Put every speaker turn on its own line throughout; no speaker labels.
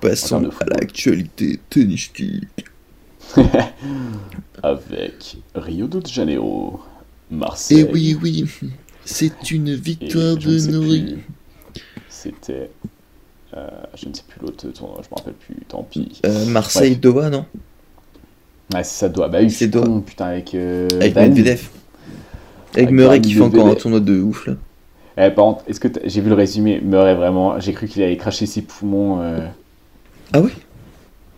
Passons à l'actualité tennistique.
Avec Rio de Janeiro, Marseille.
Et Eh oui, oui, c'est une victoire
et je ne
de
sais
Nori.
plus. C'était. euh, je ne sais plus l'autre tournoi, je me rappelle plus, tant pis.
Euh, Marseille,
Ouais.
Doha, non
Ouais, c'est ça doit. Bah oui, je
C'est
suis
doit.
con, putain, avec. euh,
Avec
Dan.
Medvedev. Avec
Avec
Murray
Dan
qui fait encore un
Medvedev.
tournoi de ouf là.
Eh, par contre, est-ce que t'as- j'ai vu le résumé Murray, vraiment, j'ai cru qu'il allait cracher ses poumons. euh,
Ah oui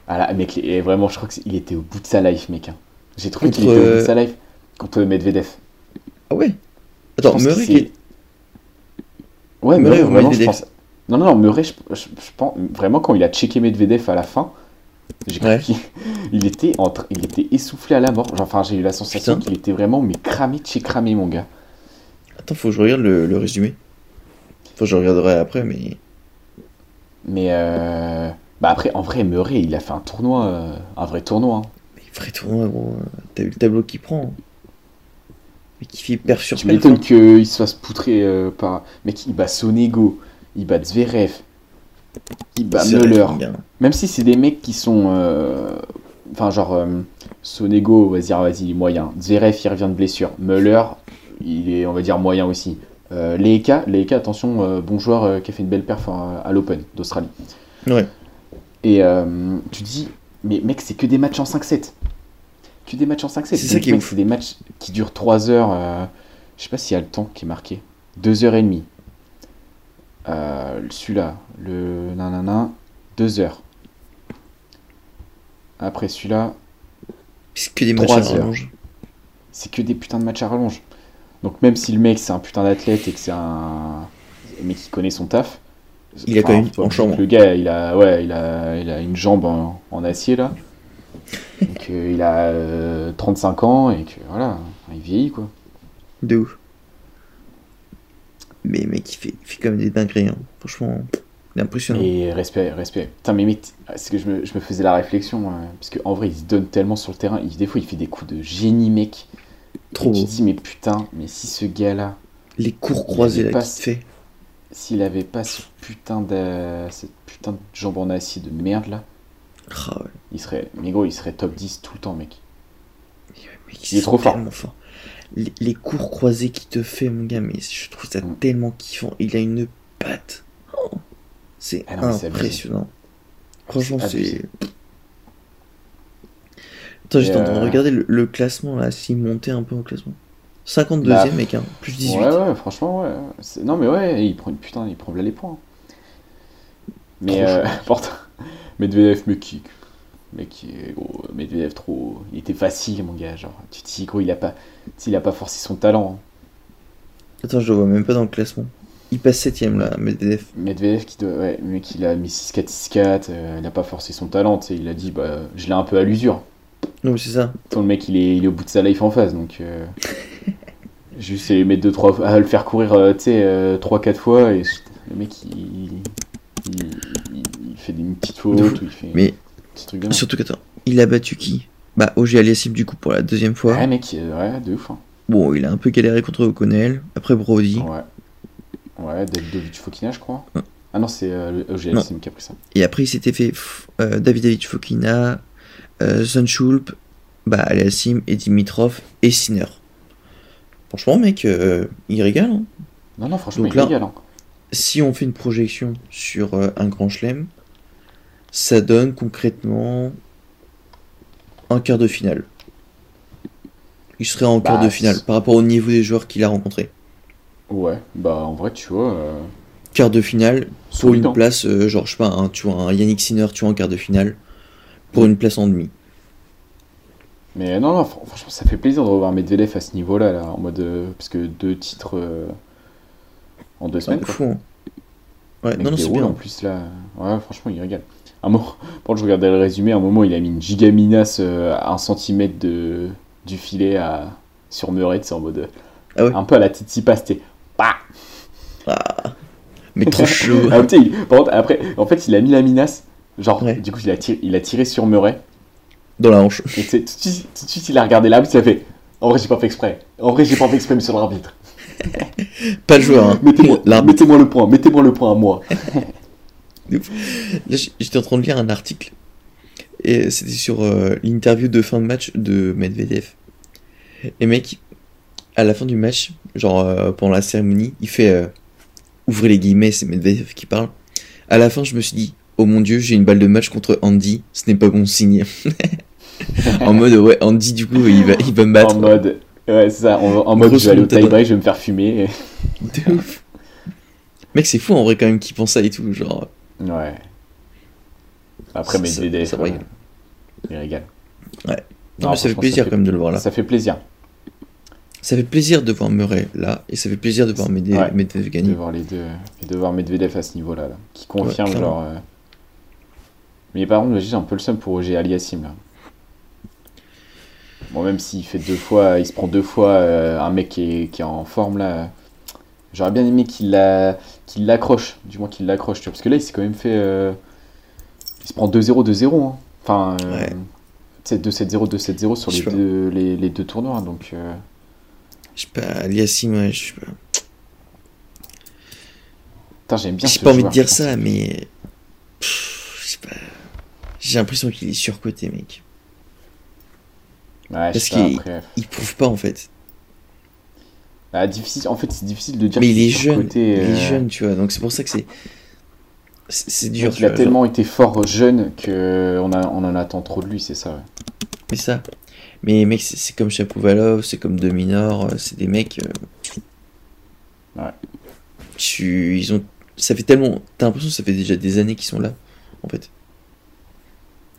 Ah là, mec, et vraiment, je crois qu'il était au bout de sa life, mec. hein. J'ai trouvé qu'il
Contre,
était au bout
euh,
de sa life contre Medvedev.
Ah ouais
Je
Attends,
pense
Murray
que
qui est-
c'est- Ouais,
Murray
Murray,
ou
vraiment, je
Medvedev
pense... Non, non, non, Murray, je, je- je pense... Vraiment, quand il a checké Medvedev à la fin, j'ai cru
Ouais.
qu'il il était, en train- il était essoufflé à la mort. Genre, Enfin, j'ai eu la sensation
Putain.
qu'il était vraiment mais cramé de chez cramé, mon gars.
Attends, faut que je regarde le, le résumé. Enfin, je regarderai après, mais.
Mais... euh, Bah après, en vrai, Murray, il a fait un tournoi, euh, un vrai tournoi. hein.
Mais vrai tournoi, gros. euh, T'as vu le tableau qu'il prend hein. Mais qui fait hein. perf sur
Tu
perf.
m'étonnes qu'il se fasse poutrer euh, par... Mec, il bat Sonego, il bat Zverev, il bat
C'est vrai,
Bah, Müller.
bien.
Même si c'est des mecs qui sont. euh, Enfin, genre. euh, Sonego, vas-y, vas-y, il est moyen. Zverev, il revient de blessure. Muller, il est, on va dire, moyen aussi. Euh, Leica, Leica, attention, euh, bon joueur euh, qui a fait une belle perf à, à l'Open d'Australie.
Ouais.
Et euh, tu te dis, mais mec, c'est que des matchs en 5-7. Que des matchs en 5-7.
C'est ça qui est
Mec,
ouf.
C'est des matchs qui durent 3 heures. euh, je sais pas s'il y a le temps qui est marqué. 2h30. Euh, celui-là, le nanana, 2 heures. Après celui-là,
Puisque des matchs
Trois
à
heures.
rallonge.
c'est que des putains de matchs à rallonge. Donc même si le mec c'est un putain d'athlète et que c'est un mec qui connaît son taf,
Il a
enfin,
quand même
faut
une
pas oublier
jambe.
que Le gars, il a ouais, il a il a une jambe en, en acier là. Donc euh, il a euh, 35 ans et que voilà, il vieillit quoi.
De ouf. Mais mec, il fait, il fait comme des dingueries. hein. Franchement, c'est impressionnant.
Et respect, respect. Putain, mais mec, c'est que je me, je me faisais la réflexion, euh, parce qu'en vrai, il se donne tellement sur le terrain. Il, des fois, il fait des coups de génie, mec.
Trop
Et tu
beau.
te dis, mais putain, mais si ce gars-là,
Les cours croisés là
passe.
qu'il te fait.
s'il avait pas ce putain de, cette putain de jambe en acier de merde là,
Ah ouais.
il serait, mais gros, il serait top 10 tout le temps, mec.
Mec,
Il est
sont
trop fort.
tellement forts. Les, les cours croisés qu'il te fait, mon gars, mais je trouve ça
Mm.
tellement kiffant. Il a une patte. Oh, c'est
Ah non, mais c'est abusé.
impressionnant. Franchement,
C'est
c'est.
abusé.
Attends, j'étais en
Et,
train de
euh,
regarder le, le classement là, s'il montait un peu au classement. 52
Bah,
e mec, hein, plus 18.
Ouais, ouais, franchement, ouais. C'est- Non, mais ouais, il prend une putain, il prend là les points. hein. Mais
Trop
euh, porte- Medvedev, mais qui Mec, qui est gros, Medvedev trop. Il était facile, mon gars. Genre, tu te dis, gros, il a pas, tu sais, il a pas forcé son talent. hein.
Attends, je le vois même pas dans le classement. Il passe 7 e là, Medvedev.
Medvedev, qui doit, ouais, mais qu'il a mis 6-4, 6-4, euh, il a pas forcé son talent. tu sais, Il a dit, bah, je l'ai un peu à l'usure.
Non, mais c'est ça.
Tant le mec, il est, il est au bout de sa life en face, donc. euh, juste euh, mettre deux, trois, à le faire courir, euh, tu sais, euh, trois, quatre fois, et je- le mec, il, il, il- il fait des une petite faute,
De fou.
ou il fait
Mais
des petits trucs de
surtout qu'attends, il a battu qui Bah, OG Aliassime du coup pour la deuxième fois.
merde. Ouais, mec, euh, ouais, de ouf. hein.
Bon, il a un peu galéré contre O'Connell. Après Brody.
Ouais. Ouais, Davidovic Fokina, je crois. Ah non, c'est euh, le OGL
Hein. Non.
Sim qui a pris ça.
Et après, il s'était fait pff, euh, Davidovich Fokina, euh, Sunchulp, bah, Aliassim et Dimitrov et Sinner. Franchement, mec, euh, il régale. hein.
Non, non, franchement,
Donc
il est
là-
légal. hein.
Si on fait une projection sur euh, un grand chelem, ça donne concrètement un quart de finale. Il serait en
Bah,
quart de finale
c'est-
par rapport au niveau des joueurs qu'il a rencontrés.
Ouais, bah en vrai, tu vois. Euh,
Quart de finale, pour
solide,
une
hein.
place, euh, genre, je sais pas, hein, tu vois, un Yannick Sinner, tu vois, en quart de finale, pour une place en demi.
Mais non, non, fr- franchement, ça fait plaisir de revoir Medvedev à ce niveau-là, là, en mode. euh, parce que deux titres euh, en deux
C'est
semaines, quoi.
fou, hein. Ouais,
Mec,
non, non,
des
c'est
rôles,
bien.
en plus là. Ouais, franchement, il régale. Un moment, pendant que je regardais le résumé, à un moment, il a mis une gigaminace euh, à un centimètre de, du filet à, sur Murray, c'est en mode. euh,
Ah ouais.
Un peu à la Titi Pasté. Bah
Ah, Mais trop chaud.
Ah, putain, il- par contre, après, en fait, il a mis la minace. Genre,
Ouais.
du coup, il a, tiré, il a tiré sur Murray.
Dans la hanche.
Et tu sais, tout de suite, tout de suite, il a regardé l'arbitre, il a fait. En vrai, j'ai pas fait exprès. En vrai, j'ai pas fait exprès, monsieur l'arbitre.
Pas le joueur, hein.
Mettez-moi
L'arbitre.
mettez-moi le point, mettez-moi le point à moi.
de ouf. Là, j- j'étais en train de lire un article. Et c'était sur euh, l'interview de fin de match de Medvedev. Et mec, à la fin du match, genre euh, pendant la cérémonie, il fait euh, ouvrez les guillemets, c'est Medvedev qui parle. À la fin, je me suis dit, oh mon dieu, j'ai une balle de match contre Andy, ce n'est pas bon signe. en mode, ouais, Andy, du coup, il va, il va me
en
battre.
mode. Ouais, c'est ça, en, en mode
Grosse
je vais aller au
remontada.
tie-break, je vais me faire fumer.
De ouf. Mec, c'est fou en vrai quand même qu'il pense ça et tout. Genre,
Ouais. Après,
Ça-
mais
ça-
des
ça régale.
Il régale.
Ouais.
Non,
Non, mais ça fait
franchement,
plaisir quand même de le voir là.
Ça fait plaisir
Ça fait plaisir de voir Murray là, et ça fait plaisir de voir Mede-
Ouais.
Medvedev
de
gagner.
voir les deux et de voir Medvedev à ce niveau-là, là, qui confirme
Ouais, clairement.
genre. euh, Mais par contre, j'ai un peu le seum pour Roger Aliassim là. Bon, même s'il fait deux fois, il se prend deux fois euh, un mec qui est, qui est en forme là. euh, J'aurais bien aimé qu'il la- qu'il l'accroche, du moins qu'il l'accroche, tu vois, parce que là, il s'est quand même fait. euh, Il se prend 2-0, 2-0. hein. Enfin, euh,
Ouais.
tu sais, 2-7-0, 2-7-0 sur
Je
les
sais pas.
deux, les, les deux tournois, donc. euh,
Je sais pas, Aliassim, ouais, je sais pas.
Putain, j'aime bien
J'ai
ce
pas envie de
joueur,
dire
putain.
ça, mais. Pff, je sais pas. J'ai l'impression qu'il est surcoté, mec.
Ouais, je
parce
sais pas,
qu'il-
après.
Il prouve pas en fait.
Bah, difficile. En fait, c'est difficile de dire.
mais
qu'il
il est jeune.
surcoté,
Il
euh,
est jeune, tu vois. Donc c'est pour ça que c'est. C'est c'est dur,
donc
tu
Il a
vois. genre.
tellement été fort jeune que on, a, on en attend trop de lui, c'est ça. ouais.
C'est ça. Mais mec, c'est- c'est comme Chapovalov, c'est comme Dominor, euh, c'est des mecs. euh,
Ouais.
Tu, ils ont, ça fait tellement, t'as l'impression que ça fait déjà des années qu'ils sont là, en fait.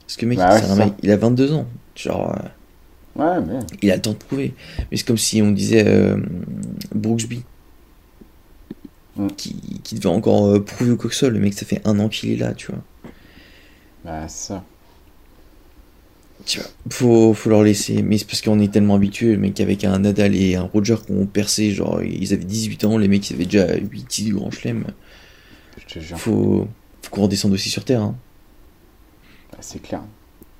Parce que mec,
Bah ouais,
c'est
c'est
un
ça.
mec, il a 22 ans, genre, euh,
Ouais, mais.
il a le temps de prouver. Mais c'est comme si on disait euh, Brooksby,
Mm.
qui, qui devait encore euh, prouver au coxol. Le mec, ça fait un an qu'il est là, tu vois.
bah, c'est ça.
Tu vois, faut, faut leur laisser. Mais c'est parce qu'on est tellement habitué, mais qu'avec un Nadal et un Roger qu'on percé, genre ils avaient 18 ans, les mecs ils avaient déjà 8 titres du Grand Chelem.
Je te jure.
Faut, faut qu'on redescende aussi sur terre. hein.
Bah, c'est clair.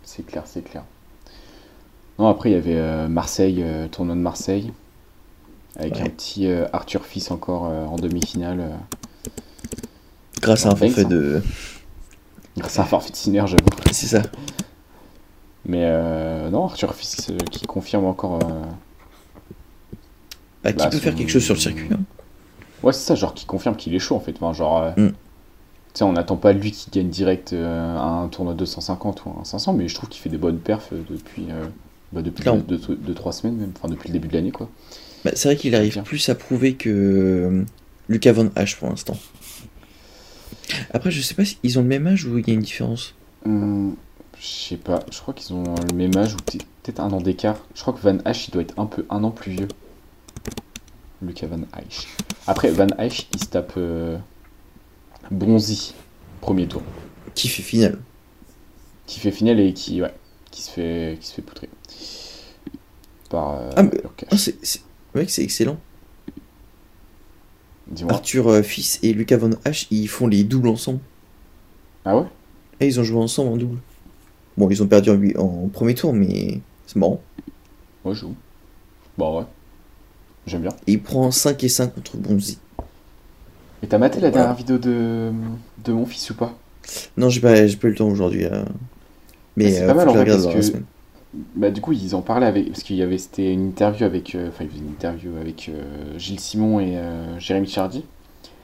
C'est clair, c'est clair. Non, après, il y avait euh, Marseille, euh, tournoi de Marseille. Avec
Ouais.
un petit euh, Arthur Fils encore euh, en demi-finale. euh,
Grâce à un
Thanks,
forfait
hein.
de.
grâce à un forfait de Sinner, j'avoue.
C'est ça.
Mais euh, non, Arthur Fils euh, qui confirme encore. euh,
Bah, qui
Bah,
peut
son-
faire quelque chose sur le circuit hein.
Ouais, c'est ça, genre qui confirme qu'il est chaud en fait. Enfin, genre, euh,
Mm.
tu sais, on n'attend pas de lui qui gagne direct euh, un tournoi 250 ou un 500, mais je trouve qu'il fait des bonnes perfs euh, depuis, euh, bah, depuis
Clairement.
2-3 semaines même, enfin depuis le début de l'année quoi.
Bah, c'est vrai qu'il arrive
Bien.
plus à prouver que euh, Lucas Van H pour l'instant. Après, je sais pas s'ils ont le même âge ou il y a une différence.
Hum, je sais pas, je crois qu'ils ont le même âge ou peut- peut-être un an d'écart. Je crois que Van H il doit être un peu un an plus vieux. Lucas Van H. Après, Van H il se tape euh, Bonzi, premier tour.
Qui fait finale
qui fait finale et qui, ouais, qui se fait, qui se fait poutrer par euh,
Ah, mais-
Urkash.
Ah, c'est, c'est... Mec, c'est excellent.
Dis-moi.
Arthur euh, Fils et Lucas Van H, ils font les doubles ensemble.
Ah ouais?
Et ils ont joué ensemble en double. Bon, ils ont perdu en, huit- en premier tour, mais c'est marrant.
Moi je joue. Bon ouais. J'aime bien.
Et il prend 5 et 5 contre Bonzi.
Et t'as maté la
Voilà.
dernière vidéo de, de mon fils ou pas?
Non, j'ai pas, j'ai pas eu le temps aujourd'hui. euh.
Mais
Mais
Ah, c'est
euh,
pas
faut
mal,
que
en
je
vrai,
la regarde
parce
dans la
que-
semaine.
Bah du coup ils en parlaient avec parce qu'il y avait c'était une interview avec euh, enfin ils faisaient une interview avec euh, Gilles Simon et euh, Jérémy Chardy.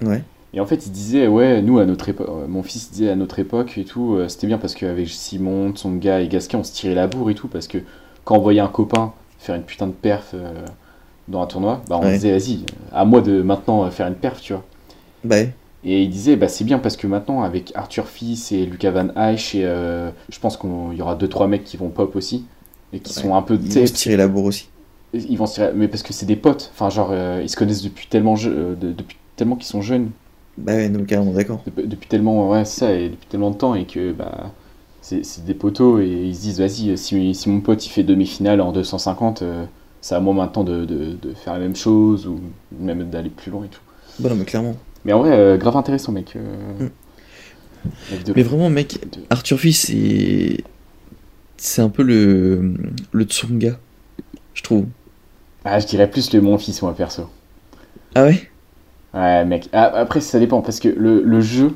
Ouais.
Et en fait, il disait, ouais, nous, à notre époque, euh, mon fils disait à notre époque et tout, euh, c'était bien parce qu'avec Simon, Tsonga et Gasquet, on se tirait la bourre et tout, parce que quand on voyait un copain faire une putain de perf euh, dans un tournoi, bah, on
Ouais.
disait, vas-y, euh, à moi de maintenant euh, faire une perf, tu vois.
Bah, ouais.
Et il disait, bah, c'est bien parce que maintenant, avec Arthur Fils et Lucas Van Eich, et euh, je pense qu'il y aura 2-3 mecs qui vont pop aussi, et qui
Ouais.
sont un peu, tu
ils
sais,
vont se tirer la bourre aussi.
ils vont se tirer- mais parce que c'est des potes, enfin, genre, euh, ils se connaissent depuis tellement, je- euh, de- depuis tellement qu'ils sont jeunes.
Bah, ouais, donc, carrément, d'accord.
Dep- depuis tellement ouais c'est ça et depuis tellement de temps et que bah c'est c'est des poteaux et ils se disent vas-y euh, si, si mon pote il fait demi-finale en 250 euh, c'est à moi maintenant de, de- de faire la même chose ou même d'aller plus loin et tout
Bah, non, mais clairement.
mais en vrai euh, grave intéressant mec euh,
Mm.
la vidéo.
Mais vraiment, mec,
De-
Arthur Fils, c'est. C'est un peu le. Le Tsonga, je trouve.
ah je dirais plus le mon fils moi perso
Ah ouais
ouais mec Ah, après ça dépend parce que le, le jeu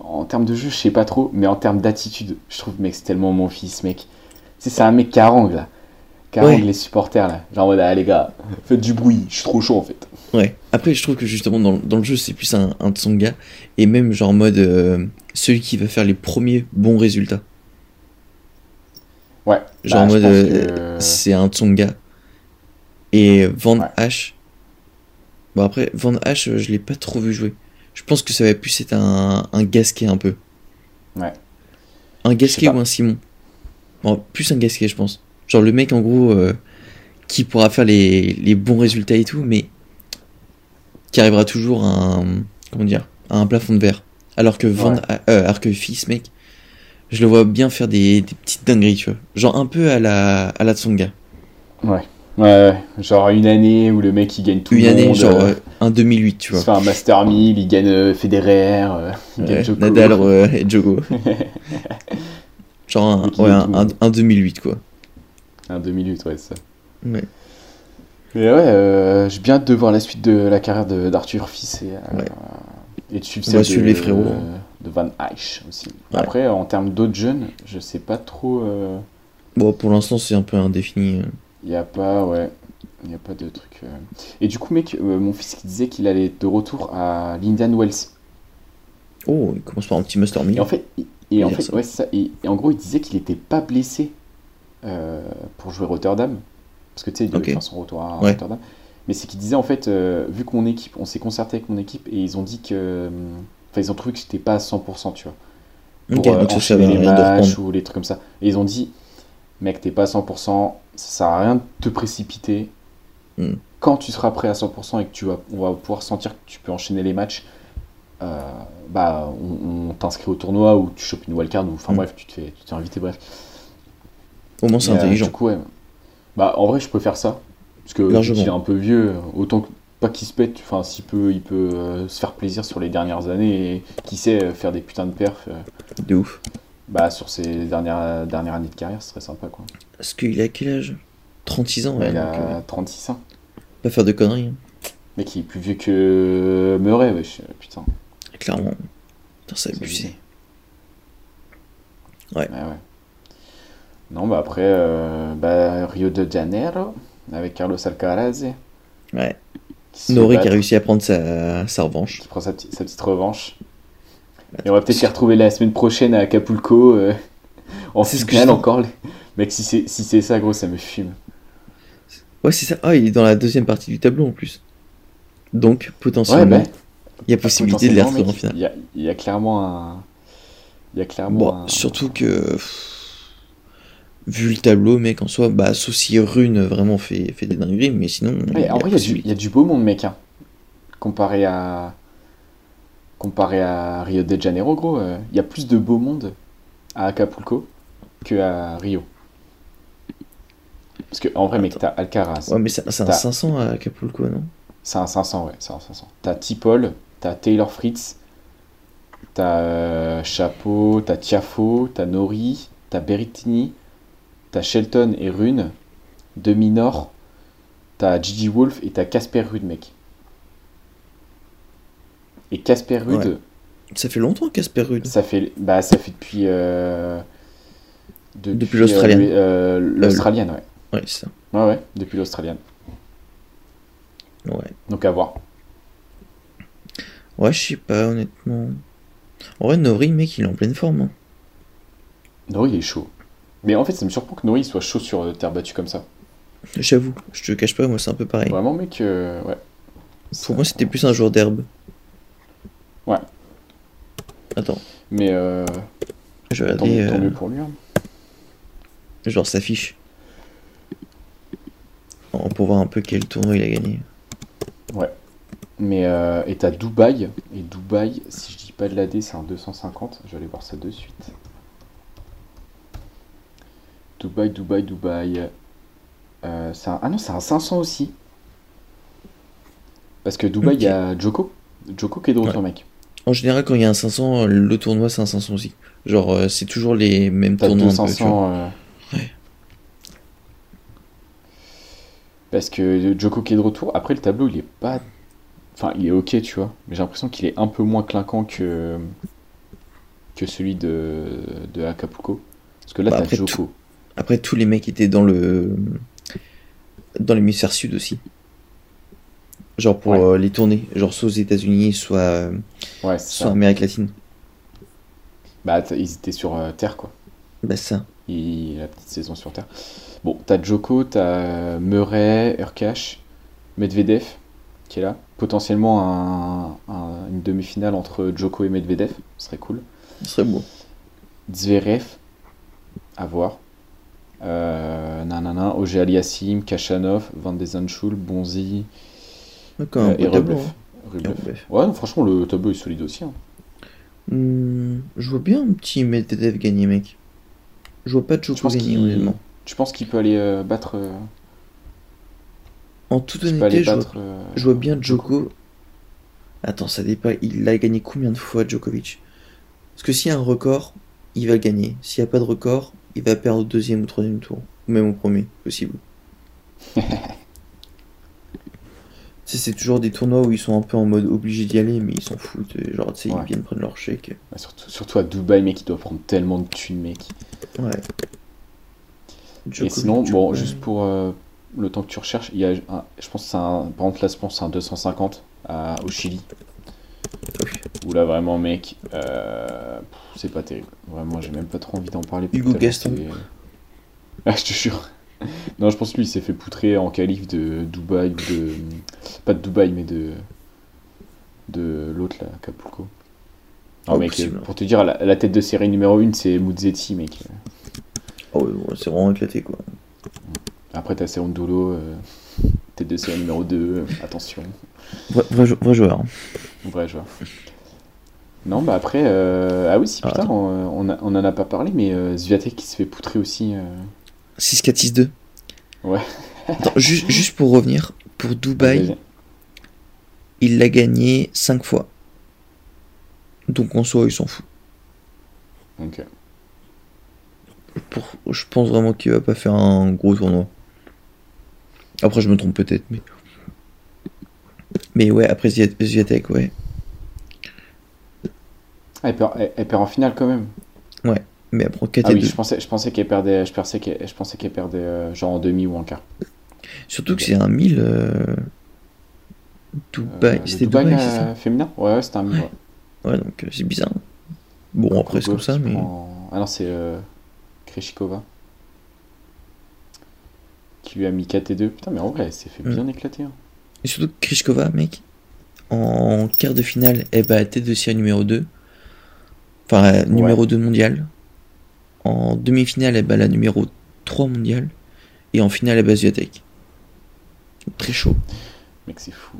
en termes de jeu, je sais pas trop, mais en termes d'attitude, je trouve, mec, c'est tellement mon fils, mec. Tu sais, c'est un mec qui harangue, là. Qui harangue
Ouais.
les supporters, là. Genre, en mode, ah, les gars, faites du bruit, je suis trop chaud, en fait.
Ouais. Après, je trouve que justement, dans, dans le jeu, c'est plus un, un tsonga. Et même, genre, en mode euh, celui qui va faire les premiers bons résultats.
Ouais.
Genre, en
Bah, je
mode,
pense
euh,
que-
c'est un tsonga. Et Van
Ouais.
H. Bon, après, Van H, euh, je l'ai pas trop vu jouer. Je pense que ça va plus être un, un Gasquet un peu.
Ouais.
Un
Je
Gasquet
sais pas.
ou un Simon. Bon, plus un Gasquet, je pense. Genre, le mec, en gros, euh, qui pourra faire les, les bons résultats et tout, mais qui arrivera toujours à un, comment dire, à un plafond de verre. Alors que Van,
Ouais.
euh, alors que Fils, mec, je le vois bien faire des, des petites dingueries, tu vois. Genre un peu à la, à la Tsonga.
Ouais, ouais. genre une année où le mec il gagne tout
Une
le
année,
monde,
genre
euh,
euh, un 2008, tu
il se
vois.
fait un Master 1000, il gagne euh, Federer, euh, il gagne
Ouais,
Djokovic.
Nadal ouais, et Djogo. genre un,
Ok,
ouais, un,
tout.
un- un 2008, quoi.
Un 2008, ouais, c'est ça.
Ouais.
Mais ouais, euh, j'ai bien hâte de voir la suite de la carrière de- d'Arthur Fils et, euh,
Ouais.
et de suivre
On
celle
va
de,
suivre les frérots. hein.
de Van Eich aussi.
Ouais.
Après, en termes d'autres jeunes, je sais pas trop. euh,
Bon, pour l'instant, c'est un peu indéfini. euh.
Il n'y a pas, ouais. Il a pas de truc. euh. Et du coup, mec, euh, mon fils qui disait qu'il allait être de retour à l'Indian Wells.
Oh, il commence par un petit Master
Et en fait, il- et en
Dire
fait
ça.
ouais, c'est ça. Et, et en gros, il disait qu'il n'était pas blessé euh, pour jouer Rotterdam. Parce que tu sais, il devait
Ok.
faire son retour à
Ouais.
Rotterdam. Mais c'est qu'il disait, en fait, euh, vu qu'on équipe, on s'est concerté avec mon équipe et ils ont dit que. euh, Enfin, ils ont trouvé que c'était pas à 100%, tu vois. Pour
Ok,
euh,
donc ça, ça
enchaîner
va
les
rien de
matchs
reprendre.
ou les trucs comme ça. Et ils ont dit, mec, t'es pas à 100%, ça sert à rien de te précipiter.
Hmm.
Quand tu seras prêt à 100% et que tu vas, on va pouvoir sentir que tu peux enchaîner les matchs, euh, bah, on, on t'inscrit au tournoi ou tu chopes une wildcard ou enfin
Mm.
bref, tu te fais, tu t'es invité, bref.
Au moins, Oh, c'est
Mais, euh,
intelligent.
du coup, ouais. Bah, en vrai, je peux faire ça parce que
Largement.
il est un peu vieux, autant que pas qu'il se pète, enfin s'il peut, il peut euh, se faire plaisir sur les dernières années et qui sait euh, faire des putains de perfs. euh,
De ouf.
bah, sur ses dernières, dernières années de carrière, ce serait sympa quoi.
Parce qu'il a quel âge 36 ans, ouais.
il
donc,
a
euh,
36 ans.
pas faire de conneries, hein.
Mec, il est plus vieux que Murray, wesh. Putain.
clairement. Putain, c'est
c'est
abusé.
abusé.
Ouais.
Ah ouais. Non, bah après, euh, bah, Rio de Janeiro avec Carlos Alcaraz.
Ouais.
Qui se
Noré
bat,
qui a réussi à prendre sa, sa revanche.
qui prend sa, petite- sa petite revanche.
Bah,
Et on va peut-être les retrouver la semaine prochaine à Acapulco. euh, en
C'est ce que
finale
je-
encore. les- Mec, si c'est si c'est ça, gros, ça me fume.
Ouais, c'est ça. Ah, il est dans la deuxième partie du tableau en plus. Donc,
Ouais,
potentiellement,
bah,
il y a possibilité de les
potentiellement,
retrouver en finale.
mec, Il y a, il y a clairement un. Il y a clairement
Bon,
un-
surtout que. pff, Vu le tableau, mec, en soi, bah, sauf si Rune vraiment fait, fait des dingueries, mais sinon.
Ouais, en vrai, il y, a du- il
possibilité.
y a du beau monde, mec. hein. Comparé à. Comparé à Rio de Janeiro, gros, euh, il y a plus de beau monde à Acapulco que à Rio. Parce que, en vrai, mec, t'as Alcaraz,
Ouais, mais c'est c'est un
T'as-
500 à Acapulco, non
c'est un 500, ouais, c'est un 500. T'as Tipol, t'as Taylor Fritz, t'as euh, Chapeau, t'as Tiafo, t'as Nori, t'as Berrettini, t'as Shelton et Rune, Demi-Nord, t'as Gigi Wolf et t'as Casper Rude, mec. Et Casper Rude,
Ouais. Ça fait longtemps, Casper Rune.
ça, fait, bah, ça fait depuis. euh,
Depuis l'Australienne.
euh, L'Australienne, ouais.
Ouais, c'est ça.
Ouais, ouais, depuis l'Australienne.
Ouais.
Donc à voir.
Ouais, je sais pas, honnêtement. En vrai, Nori, mec, il est en pleine forme. hein.
Nori, il est chaud. Mais en fait, ça me surprend que Nori soit chaud sur euh, terre battue comme ça.
J'avoue, je te cache pas, moi, c'est un peu pareil.
Vraiment, mec, euh, ouais. Ça-
Pour moi, c'était plus un jour d'herbe.
Ouais.
Attends,
Mais euh,
je vais
tant,
regarder,
mieux- tant
euh,
mieux pour lui. hein.
genre sa fiche. En- Pour voir un peu quel tournoi il a gagné.
Mais euh, et t'as Dubaï. Et Dubaï, si je dis pas de l'AD, c'est un 250. Je vais aller voir ça de suite. Dubaï, Dubaï, Dubaï. Euh, c'est un- Ah non, c'est un 500 aussi. Parce que Dubaï, il y a Joko. Joko qui est de retour, mec.
En général, quand il y a un 500, euh, le tournoi, c'est un 500 aussi. Genre, euh, c'est toujours les mêmes
T'as
tournois
200
un peu, tu vois.
Parce que Joko qui est de retour, après le tableau il est pas. Enfin, il est ok, tu vois. Mais j'ai l'impression qu'il est un peu moins clinquant que. que celui de, de Acapulco. Parce que là,
Bah,
t'as
après,
Joko.
tout- Après, tous les mecs étaient dans le. dans l'hémisphère sud aussi. Genre pour
Ouais.
euh, les tourner, genre soit aux États-Unis, soit, euh,
Ouais, c'est
soit en
ça.
Amérique latine.
Bah, t'as- ils étaient sur euh, Terre, quoi.
Bah, ça.
Il- la petite saison sur Terre. Bon, t'as Joko, t'as Murray, Urkash, Medvedev, qui est là. Potentiellement un- un- une demi-finale entre Joko et Medvedev, ce serait cool.
Ce serait beau.
Zverev, à voir. Euh, nanana, Auger Aliassim, Kachanov, Van de Zandschul, Bonzi
Ouais, quand même,
euh, et
beau tableau,
Rublev.
hein. Et
Rublev.
Rublev.
Ouais, non, franchement, le tableau est solide aussi. hein.
Hmm, je vois bien un petit Medvedev gagner, mec. Je vois pas
Je
Djoko
pense
gagner,
qu'il-
honnêtement.
Tu penses qu'il peut aller euh, battre, euh,
En toute
il peut aller
honnêteté, je vois,
battre, euh,
je vois bien Djoko. Attends, ça dépend. Il a gagné combien de fois, Djokovic Parce que s'il y a un record, il va le gagner. S'il n'y a pas de record, il va perdre au deuxième ou troisième tour. Ou même au premier, possible. Tu sais, c'est toujours des tournois où ils sont un peu en mode obligés d'y aller, mais ils s'en foutent. euh, Genre, tu sais,
Ouais.
ils viennent prendre leur chèque.
Ouais, Surtout, surtout à Dubaï, mec, il doit prendre tellement de thunes, mec.
Ouais.
Et
Djokovic,
sinon, bon,
Djokovic.
juste pour euh, le temps que tu recherches, il y a un- je pense que c'est un, par exemple, là, je pense que c'est un 250 à- euh, au Chili. Où là, vraiment, mec, euh, pff, c'est pas terrible. Vraiment, j'ai même pas trop envie d'en parler.
Hugo
tellement
Gaston.
c'est- Ah, je te jure. non, je pense que lui, il s'est fait poutrer en qualif de Dubaï, ou de. Pas de Dubaï, mais de. De l'autre, là, Acapulco. Non,
Oh,
mec,
possible.
euh, pour te dire, la, la tête de série numéro 1, c'est Muzzetti, mec.
Ah ouais, ouais, c'est vraiment éclaté quoi.
Après, t'as Serondolo, euh, tête de série numéro 2, euh, attention,
Vrai, vrai jou- vrai joueur. hein.
vrai joueur. Non, bah après, euh, ah oui, si,
Ah,
putain, on, on, a- on en a pas parlé, mais euh, Zviatek qui se fait poutrer aussi. euh,
6-4-6-2.
Ouais.
Attends, ju- juste pour revenir, pour Dubaï,
deuxième.
il l'a gagné 5 fois. Donc en soi, il s'en fout.
Donc, euh,
Pour, je pense vraiment qu'il va pas faire un gros tournoi. Après, je me trompe peut-être, mais. Mais ouais, après Zviat- Zviatek, ouais.
ah, elle, perd, elle- elle perd en finale quand même.
Mais après en 4
Ah
et
oui,
2.
je pensais, je pensais qu'elle perdait, je pensais qu'elle, je pensais qu'elle perdait euh, genre en demi ou en quart.
Surtout que c'est un 1000. euh,
Euh,
Dubaï,
le
Bah, c'était
Dubaï,
Dubaï,
là,
c'est ça
féminin Ouais, ouais, c'était un mi- ouais.
Ouais, donc euh, c'est bizarre. Bon, après, c'est
Goff
comme ça,
qui
mais.
prend- Ah non, c'est euh, Krejcikova. Qui lui a mis 4 et 2. Putain, mais en vrai, elle s'est fait
Mm.
bien éclater. hein.
Et surtout que Krishkova, mec, en quart de finale, elle bat la tête de série numéro 2. Enfin, euh, numéro 2 mondial. En demi-finale, elle bat la numéro 3 mondiale. Et en finale, elle bat Zviatek. Donc, Très chaud.
Mec, c'est fou.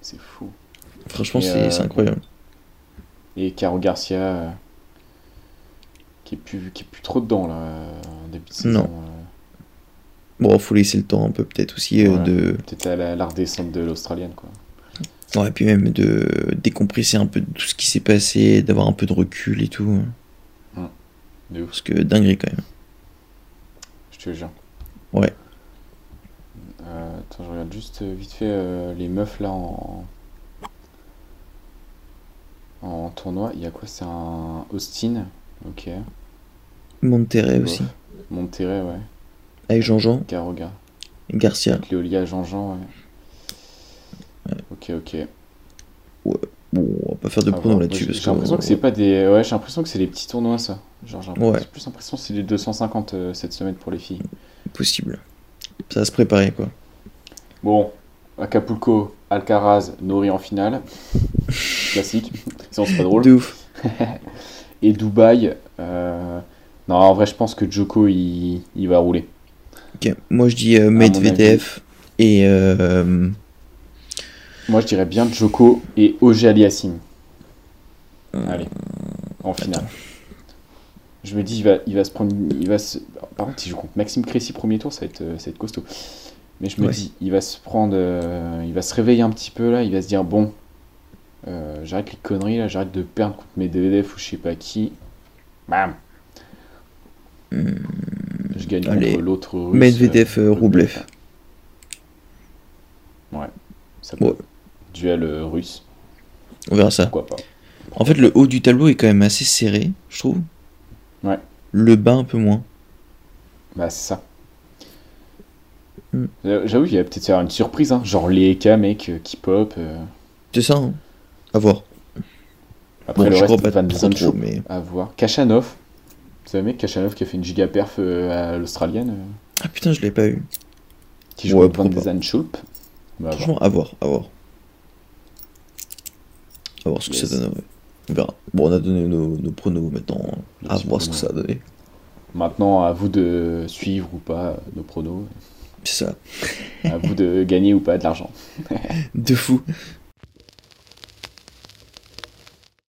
C'est fou.
Franchement,
Et,
c'est
euh,
c'est incroyable.
Et Caro Garcia, euh, qui, est plus, qui est plus trop dedans, là, euh, en début de saison.
Non.
euh.
Bon, faut laisser le temps un peu, peut-être aussi, euh,
Ouais.
de.
Peut-être à la, la redescente de l'Australienne, quoi.
Ouais, puis même de décompresser un peu de tout ce qui s'est passé, d'avoir un peu de recul et tout. hein.
De ouf,
Parce que dinguerie quand même.
je te jure.
Ouais.
Euh, attends, je regarde juste euh, vite fait euh, les meufs, là, en... En tournoi, il y a quoi? C'est un Austin, ok.
Monterrey aussi,
Bof. Monterrey, ouais.
avec Jean-Jean
Garoga.
et Garcia.
Cléolia, Jean-Jean, ouais. Ok, ok.
Bon, on va pas faire de
Ah,
pronom
bon,
là-dessus
j'ai-
parce euh,
J'ai l'impression que c'est pas des. Ouais, j'ai l'impression que c'est les petits tournois, ça. Genre, j'ai l'impression-
Ouais.
j'ai plus l'impression que c'est les 250 euh, cette semaine pour les filles.
euh, possible. Ça va se préparer quoi.
Bon, Acapulco, Alcaraz, Nori en finale. Classique. Sinon, c'est pas drôle.
De ouf.
Et Dubaï. euh, Non, en vrai, je pense que Joko, il, il va rouler.
Ok, Moi je
Ah,
dis euh, Medvedev et euh,
Moi, je dirais bien Joko et Oje Aliassim.
Euh,
Allez, en finale. Je me dis, il va, il va se prendre. Il va se... Par contre, si je compte Maxime Crécy premier tour, ça va être, euh, ça va être costaud. Mais je me
Ouais.
dis, il va se prendre. euh, il va se réveiller un petit peu là, il va se dire, bon, euh, j'arrête les conneries là, j'arrête de perdre contre mes DVDF ou je sais pas qui. Bam
Hmm.
Je gagne
Allez.
contre l'autre russe.
Medvedev euh, Rublev.
Ouais, ça peut.
Ouais.
Duel euh, russe,
On verra ça.
pourquoi pas.
En fait, le haut du tableau est quand même assez serré, je trouve.
Ouais.
Le bas un peu moins.
Bah, c'est ça.
Mm.
Euh, J'avoue, il va peut-être faire une surprise, hein, genre les K, mec, euh, qui pop. euh,
C'est ça, hein À voir.
Après,
Bon,
le
je crois
reste,
pas
Van
trop,
Zandt,
trop, mais...
à voir. Kachanov, c'est le mec Kachanov qui a fait une giga perf euh, à l'Australienne, euh,
Ah putain, je l'ai pas eu.
qui joue
Ouais,
contre Van Bah,
pourquoi
Zandt Schulp. On va voir.
Franchement, à voir, à voir. À voir ce que
Yes.
ça donne, ouais. On verra. Bon, on a donné nos, nos pronos maintenant.
Nos
À
petits
voir ce que
pronos.
ça a donné.
Maintenant, à vous de suivre ou pas euh, nos pronos,
C'est ça.
à vous de gagner ou pas de l'argent.
De fou.